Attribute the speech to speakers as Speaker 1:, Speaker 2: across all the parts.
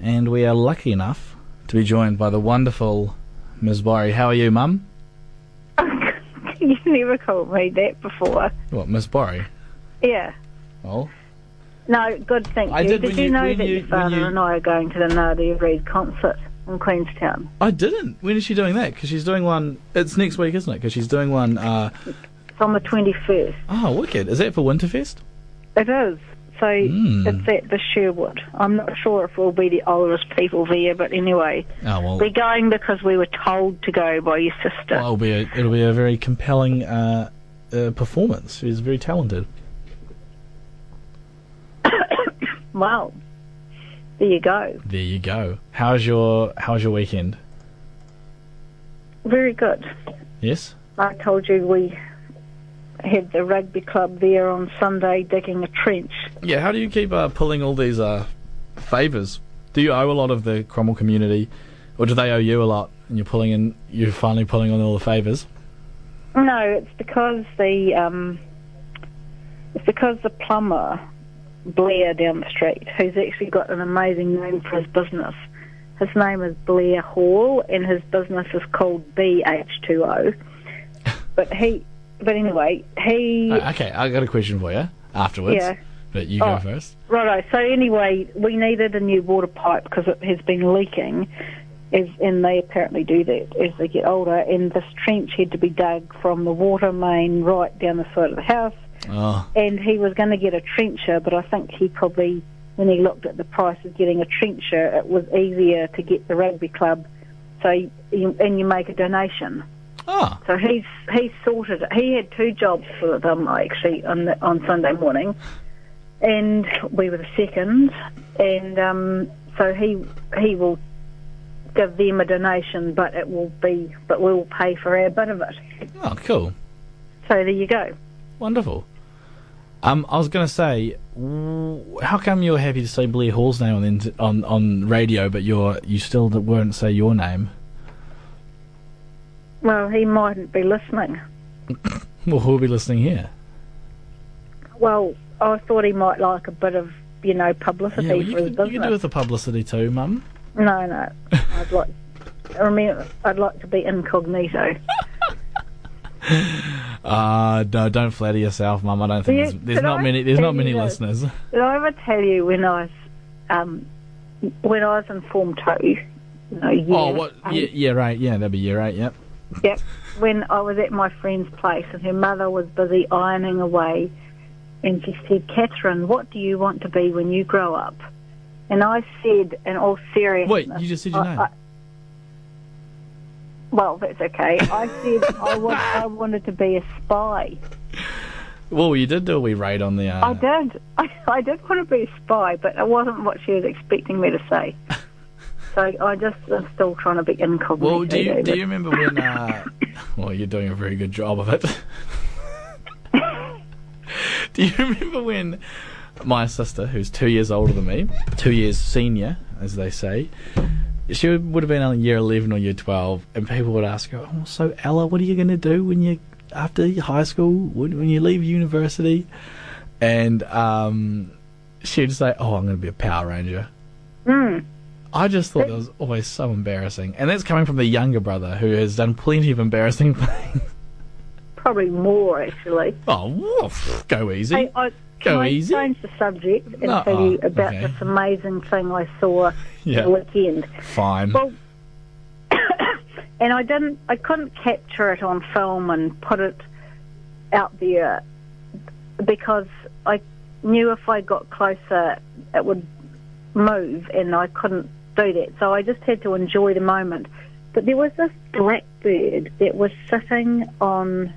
Speaker 1: and we are lucky enough to be joined by the wonderful Ms. Bari. How are you, Mum?
Speaker 2: you never called me that before.
Speaker 1: What, Ms. Bari?
Speaker 2: Yeah.
Speaker 1: Oh,
Speaker 2: No, good, thank
Speaker 1: I
Speaker 2: you.
Speaker 1: did
Speaker 2: Did,
Speaker 1: when
Speaker 2: you,
Speaker 1: you-
Speaker 2: know
Speaker 1: when
Speaker 2: that
Speaker 1: you-
Speaker 2: your
Speaker 1: when
Speaker 2: father
Speaker 1: you-
Speaker 2: and I are going to the Nadia Reid concert in Queenstown?
Speaker 1: I didn't. When is she doing that? Because she's doing one. It's next week, isn't it? Because she's doing one. Uh,
Speaker 2: It's on the 21st.
Speaker 1: oh, wicked! Is that for Winterfest?
Speaker 2: It is. So
Speaker 1: Mm.
Speaker 2: it's at the Sherwood. I'm not sure if we'll be the oldest people there, but anyway,
Speaker 1: Oh well,
Speaker 2: we're going because we were told to go by your sister.
Speaker 1: well, it'll be a, it'll be a very compelling uh, uh, performance. She's very talented.
Speaker 2: Well, there you go.
Speaker 1: There you go. How's your How's your weekend?
Speaker 2: Very good.
Speaker 1: Yes.
Speaker 2: I told you we had the rugby club there on Sunday digging a trench.
Speaker 1: Yeah. How do you keep uh, pulling all these uh, favors? Do you owe a lot of the Cromwell community, or do they owe you a lot? And you're pulling in. You're finally pulling on all the favors.
Speaker 2: No, it's because the um, it's because the plumber Blair down the street, who's actually got an amazing name for his business. His name is Blair Hall, and his business is called BH2O. But he, but anyway, he
Speaker 1: Uh, okay, I got a question for you afterwards.
Speaker 2: Yeah.
Speaker 1: But you go
Speaker 2: Oh.
Speaker 1: first.
Speaker 2: Righto. So anyway, we needed a new water pipe because it has been leaking, as, and they apparently do that as they get older. And this trench had to be dug from the water main right down the side of the house.
Speaker 1: Oh,
Speaker 2: And he was going to get a trencher, but I think he probably, when he looked at the price of getting a trencher, it was easier to get the rugby club. So you, and you make a donation.
Speaker 1: ah,
Speaker 2: So he's he sorted it. He had two jobs for them actually on the, on Sunday morning, and we were the second. And um, so he he will give them a donation, but it will be but we will pay for our bit of it.
Speaker 1: oh, cool.
Speaker 2: So there you go.
Speaker 1: Wonderful. Um, I was going to say, w- how come you're happy to say Blair Hall's name on the int- on on radio, but you're you still d- won't say your name?
Speaker 2: Well, he mightn't be listening.
Speaker 1: Well, who'll be listening here?
Speaker 2: Well, I thought he might like a bit of you know publicity
Speaker 1: Yeah, well,
Speaker 2: for
Speaker 1: you,
Speaker 2: his
Speaker 1: could,
Speaker 2: business.
Speaker 1: you could do with the publicity too, Mum.
Speaker 2: No, no. I'd like. I remember, I'd like to be incognito.
Speaker 1: Uh no, don't flatter yourself, Mum. I don't think
Speaker 2: Yeah,
Speaker 1: there's, there's
Speaker 2: could
Speaker 1: not
Speaker 2: I?
Speaker 1: many there's not
Speaker 2: Yeah,
Speaker 1: many
Speaker 2: you know.
Speaker 1: listeners.
Speaker 2: Did I ever tell you when I was um, when I was in Form Two? No, year,
Speaker 1: Oh, what?
Speaker 2: um,
Speaker 1: Yeah, yeah, right. Yeah, that'd be year eight. Yep.
Speaker 2: Yep. When I was at my friend's place and her mother was busy ironing away, and she said, "Catherine, what do you want to be when you grow up?" And I said, in all seriousness,
Speaker 1: Wait, you just said your
Speaker 2: I-
Speaker 1: name.
Speaker 2: I- well, that's okay. I said I, wa- I wanted to be a spy.
Speaker 1: Well, you did do a wee raid on the. Uh,
Speaker 2: I did. I, I did want to be a spy, but it wasn't what she was expecting me to say. so I just am still trying to be incognito.
Speaker 1: Well, do you
Speaker 2: David.
Speaker 1: do you remember when? Uh, well, you're doing a very good job of it. do you remember when my sister, who's two years older than me, two years senior, as they say, she would would have been on year eleven or year twelve, and people would ask her, "Oh, so Ella, what are you going to do when you after high school? When, when you leave university?" And um, she'd say, "Oh, I'm going to be a Power Ranger." I just thought that was always so embarrassing, and that's coming from the younger brother who has done plenty of embarrassing things.
Speaker 2: Probably more actually.
Speaker 1: Oh, woof, go easy.
Speaker 2: Hey, I, can
Speaker 1: Go
Speaker 2: I
Speaker 1: easy.
Speaker 2: change the subject and
Speaker 1: No,
Speaker 2: tell you
Speaker 1: oh,
Speaker 2: about
Speaker 1: okay.
Speaker 2: this amazing thing I saw
Speaker 1: Yeah.
Speaker 2: the weekend?
Speaker 1: Fine.
Speaker 2: Well, and I didn't, I couldn't capture it on film and put it out there because I knew if I got closer, it would move, and I couldn't do that. So I just had to enjoy the moment. But there was this blackbird that was sitting on,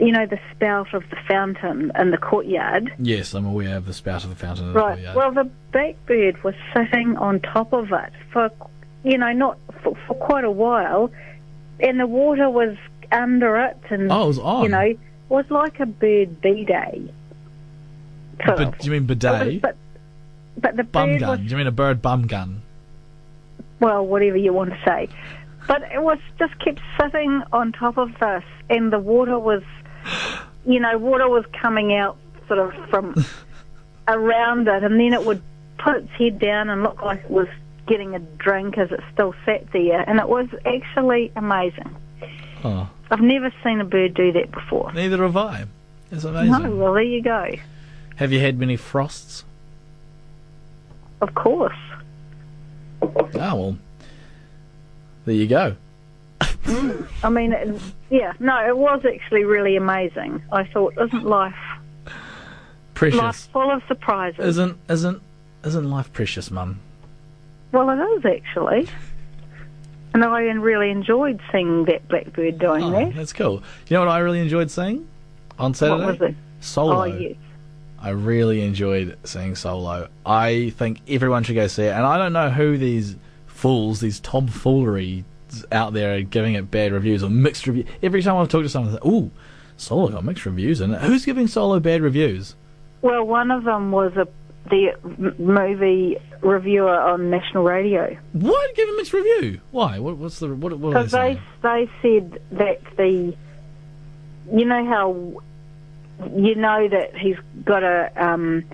Speaker 2: you know, the spout of the fountain in the courtyard.
Speaker 1: Yes, I'm aware of the spout of the fountain. of the
Speaker 2: Right.
Speaker 1: courtyard.
Speaker 2: Well, the blackbird was sitting on top of it for, you know, not for, for quite a while, and the water was under it, and
Speaker 1: oh, it was on.
Speaker 2: you know, was like a bird b day.
Speaker 1: but, do you mean bidet?
Speaker 2: But but the
Speaker 1: Bum
Speaker 2: bird
Speaker 1: gun.
Speaker 2: was
Speaker 1: Do you mean a bird bum gun?
Speaker 2: well, whatever you want to say, but it was just kept sitting on top of this, and the water was, you know, water was coming out sort of from around it, and then it would put its head down and looked like it was getting a drink as it still sat there, and it was actually amazing.
Speaker 1: Oh,
Speaker 2: I've never seen a bird do that before.
Speaker 1: neither have I. It's amazing.
Speaker 2: No, well, there you go.
Speaker 1: Have you had many frosts?
Speaker 2: Of course.
Speaker 1: Oh, well, there you go.
Speaker 2: I mean, it, yeah, no, it was actually really amazing. I thought, isn't life life
Speaker 1: Precious.
Speaker 2: full of surprises?
Speaker 1: Isn't isn't isn't life precious, Mum?
Speaker 2: Well, it is actually. And I really enjoyed seeing that blackbird doing
Speaker 1: Oh,
Speaker 2: that.
Speaker 1: that's cool. You know what I really enjoyed seeing on Saturday?
Speaker 2: What was it?
Speaker 1: Solo.
Speaker 2: Oh, yes.
Speaker 1: I really enjoyed seeing Solo. I think everyone should go see it. And I don't know who these fools, these tomfoolery out there are giving it bad reviews or mixed reviews. Every time I've talked to someone, I think, ooh, Solo got mixed reviews in it. Who's giving Solo bad reviews?
Speaker 2: Well, one of them was a the m- movie reviewer on national radio
Speaker 1: Why give a mixed review? Why? What, what's the what? What are they
Speaker 2: because
Speaker 1: saying?
Speaker 2: they they said that the you know how you know that he's got a um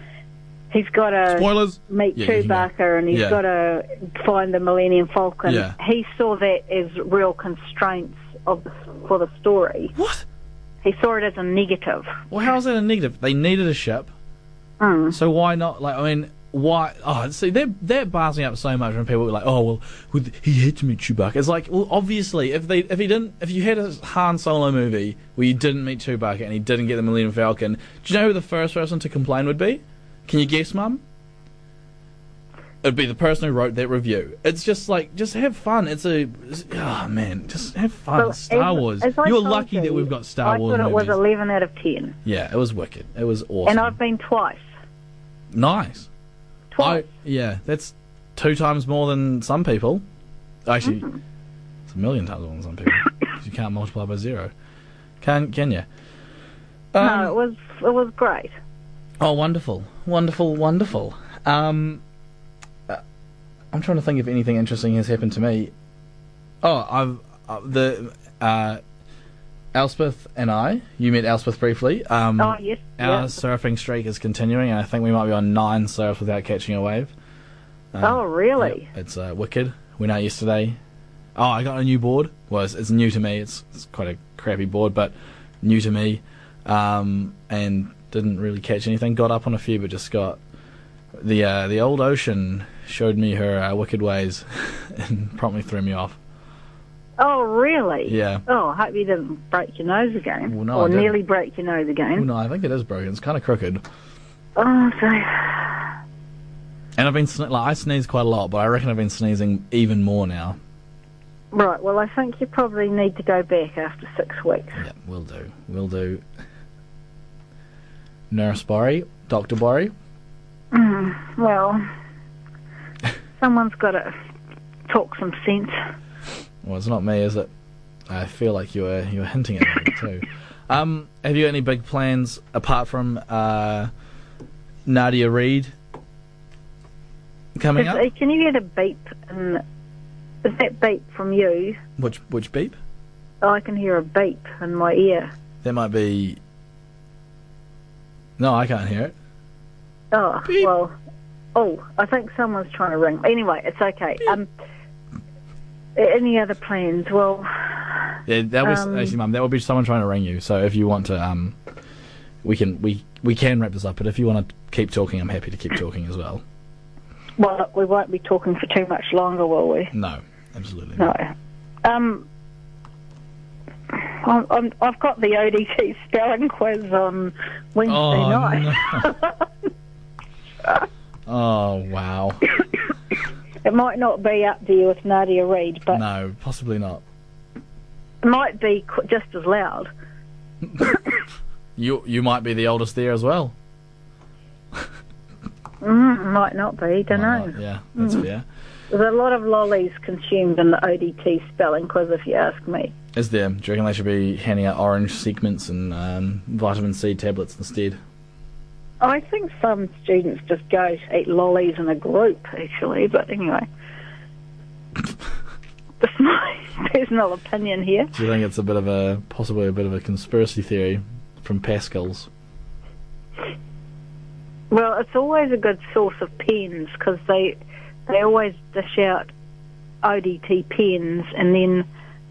Speaker 2: he's got a
Speaker 1: Spoilers.
Speaker 2: meet
Speaker 1: Yeah, you can go.
Speaker 2: Chewbacca and he's
Speaker 1: Yeah.
Speaker 2: got to find the Millennium Falcon.
Speaker 1: Yeah.
Speaker 2: He saw that as real constraints of the, for the story.
Speaker 1: What?
Speaker 2: He saw it as a negative.
Speaker 1: Well, how is that a negative? They needed a ship,
Speaker 2: Hmm.
Speaker 1: so why not? Like, I mean, why? Oh, see, that that bars me up so much when people are like, "Oh, well, with, he had to meet Chewbacca." It's like, well, obviously, if they if he didn't, if you had a Han Solo movie where you didn't meet Chewbacca and he didn't get the Millennium Falcon, do you know who the first person to complain would be? Can you guess, Mum? It'd be the person who wrote that review. It's just like, just have fun. It's a, it's- oh man, just have fun.
Speaker 2: Well,
Speaker 1: It's Oh, Star
Speaker 2: as-
Speaker 1: Wars.
Speaker 2: as I
Speaker 1: You're
Speaker 2: told
Speaker 1: lucky that
Speaker 2: you,
Speaker 1: we've got Star
Speaker 2: I
Speaker 1: Wars
Speaker 2: thought it was
Speaker 1: movies.
Speaker 2: 11 out of 10.
Speaker 1: Yeah, it was wicked. It was awesome.
Speaker 2: And I've been twice.
Speaker 1: nice.
Speaker 2: Twice.
Speaker 1: I, yeah, that's two times more than some people. Actually,
Speaker 2: Mm-hmm.
Speaker 1: it's a million times more than some people. 'cause you can't multiply by zero. Can can Um, you?
Speaker 2: no, it was it was great.
Speaker 1: Oh, wonderful, wonderful, wonderful. Um, uh, I'm trying to think if anything interesting has happened to me. Oh, I've uh, the uh, Elspeth and I. You met Elspeth briefly. Um,
Speaker 2: Oh, yes.
Speaker 1: Our
Speaker 2: yeah.
Speaker 1: surfing streak is continuing, and I think we might be on nine surfs without catching a wave. uh,
Speaker 2: oh, really?
Speaker 1: Yep, it's uh, wicked. Went out yesterday. Oh, I got a new board. Well, it's, it's new to me. It's, it's quite a crappy board, but new to me. Um, and didn't really catch anything. Got up on a few, but just got the uh, the old ocean showed me her uh, wicked ways and promptly threw me off.
Speaker 2: Oh, really?
Speaker 1: Yeah.
Speaker 2: Oh, I hope you didn't break your nose again.
Speaker 1: Well, no,
Speaker 2: or
Speaker 1: I didn't.
Speaker 2: nearly break your nose
Speaker 1: Well,
Speaker 2: again.
Speaker 1: no, I think it is broken. It's kind of crooked.
Speaker 2: Oh, so,
Speaker 1: And I've been sne- like I sneeze quite a lot, but I reckon I've been sneezing even more now.
Speaker 2: right. Well, I think you probably need to go back after six weeks.
Speaker 1: Yeah, will do. Will do. Nurse Barry, Doctor Barry.
Speaker 2: Well, someone's got to talk some sense.
Speaker 1: Well, it's not me, is it? I feel like you were you were hinting at me too. Um, have you got any big plans apart from uh, Nadia Reed coming up?
Speaker 2: Is- Can you hear the beep? And is that beep from you?
Speaker 1: Which which beep?
Speaker 2: Oh, I can hear a beep in my ear.
Speaker 1: That might be. No, I can't hear it.
Speaker 2: Oh,
Speaker 1: Beep.
Speaker 2: well. Oh, I think someone's trying to ring. Anyway, it's okay. Um, a- any other plans? Well,
Speaker 1: Yeah, that was
Speaker 2: Um,
Speaker 1: actually, Mum. That would be someone trying to ring you. So if you want to, um, we can we we can wrap this up. But if you want to keep talking, I'm happy to keep talking as well.
Speaker 2: well, look, we won't be talking for too much longer, will we?
Speaker 1: No, absolutely
Speaker 2: No.
Speaker 1: not.
Speaker 2: Um, I'm, I'm, I've got the ODT spelling quiz on Wednesday
Speaker 1: Oh,
Speaker 2: night.
Speaker 1: no. oh wow.
Speaker 2: It might not be up there with Nadia Reid, but
Speaker 1: No, possibly not.
Speaker 2: it might be qu- just as loud.
Speaker 1: You you might be the oldest there as well.
Speaker 2: Mm, might not be, don't
Speaker 1: Why
Speaker 2: know. Mm.
Speaker 1: not? Yeah, that's fair.
Speaker 2: There's a lot of lollies consumed in the ODT spelling quiz, if you ask me.
Speaker 1: Is there? Do you reckon they should be handing out orange segments and um, vitamin C tablets instead?
Speaker 2: I think some students just go to eat lollies in a group, actually, but anyway. That's my personal opinion here.
Speaker 1: Do you think it's a bit of a possibly a bit of a conspiracy theory from Pascal's?
Speaker 2: Well, it's always a good source of pens because they they always dish out ODT pens, and then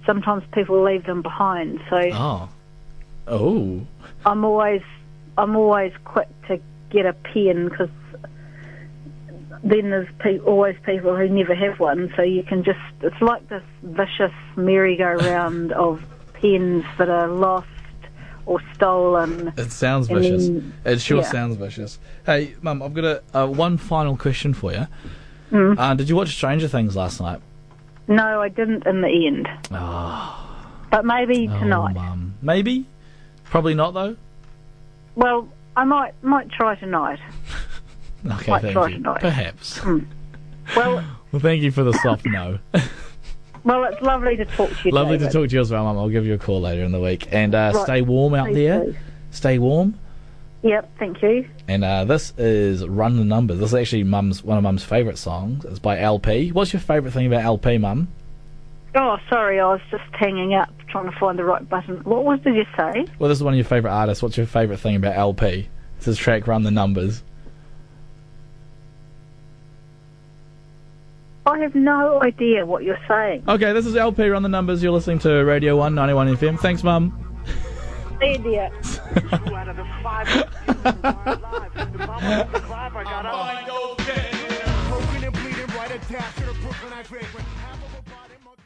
Speaker 2: sometimes people leave them behind. So
Speaker 1: Oh. Oh.
Speaker 2: I'm always I'm always quick to get a pen because then there's pe- always people who never have one. So you can just it's like this vicious merry-go-round of pens that are lost or stolen.
Speaker 1: It sounds
Speaker 2: And
Speaker 1: vicious.
Speaker 2: then-
Speaker 1: it sure
Speaker 2: yeah.
Speaker 1: sounds vicious. Hey, Mum, I've got a uh, one final question for you.
Speaker 2: Mm.
Speaker 1: Uh, did you watch Stranger Things last night?
Speaker 2: No, I didn't in the end. But maybe tonight.
Speaker 1: Ah. Oh, Mum. Maybe. Probably not though.
Speaker 2: Well, I might might try tonight.
Speaker 1: Okay,
Speaker 2: Might
Speaker 1: thank
Speaker 2: try
Speaker 1: you.
Speaker 2: tonight. Hmm.
Speaker 1: Perhaps.
Speaker 2: Well,
Speaker 1: Well, thank you for the soft no.
Speaker 2: well, it's lovely to talk to you.
Speaker 1: Lovely to
Speaker 2: David.
Speaker 1: talk to you as well, Mum. I'll give you a call later in the week. And uh,
Speaker 2: Right.
Speaker 1: stay warm out
Speaker 2: Please
Speaker 1: there.
Speaker 2: do.
Speaker 1: Stay warm.
Speaker 2: Yep, thank you.
Speaker 1: And uh, this is Run the Numbers. This is actually Mum's one of Mum's favourite songs. It's by LP. What's your favourite thing about LP, Mum?
Speaker 2: Oh, sorry, I was just hanging up trying to find the right button. What was did you say?
Speaker 1: Well, this is one of your favourite artists. What's your favourite thing about LP? It's his track Run the Numbers.
Speaker 2: I have no idea what you're saying.
Speaker 1: Okay, this is LP Run the Numbers. You're listening to Radio 191 FM. Thanks, Mum.
Speaker 2: Idiot.
Speaker 3: Two out of the five.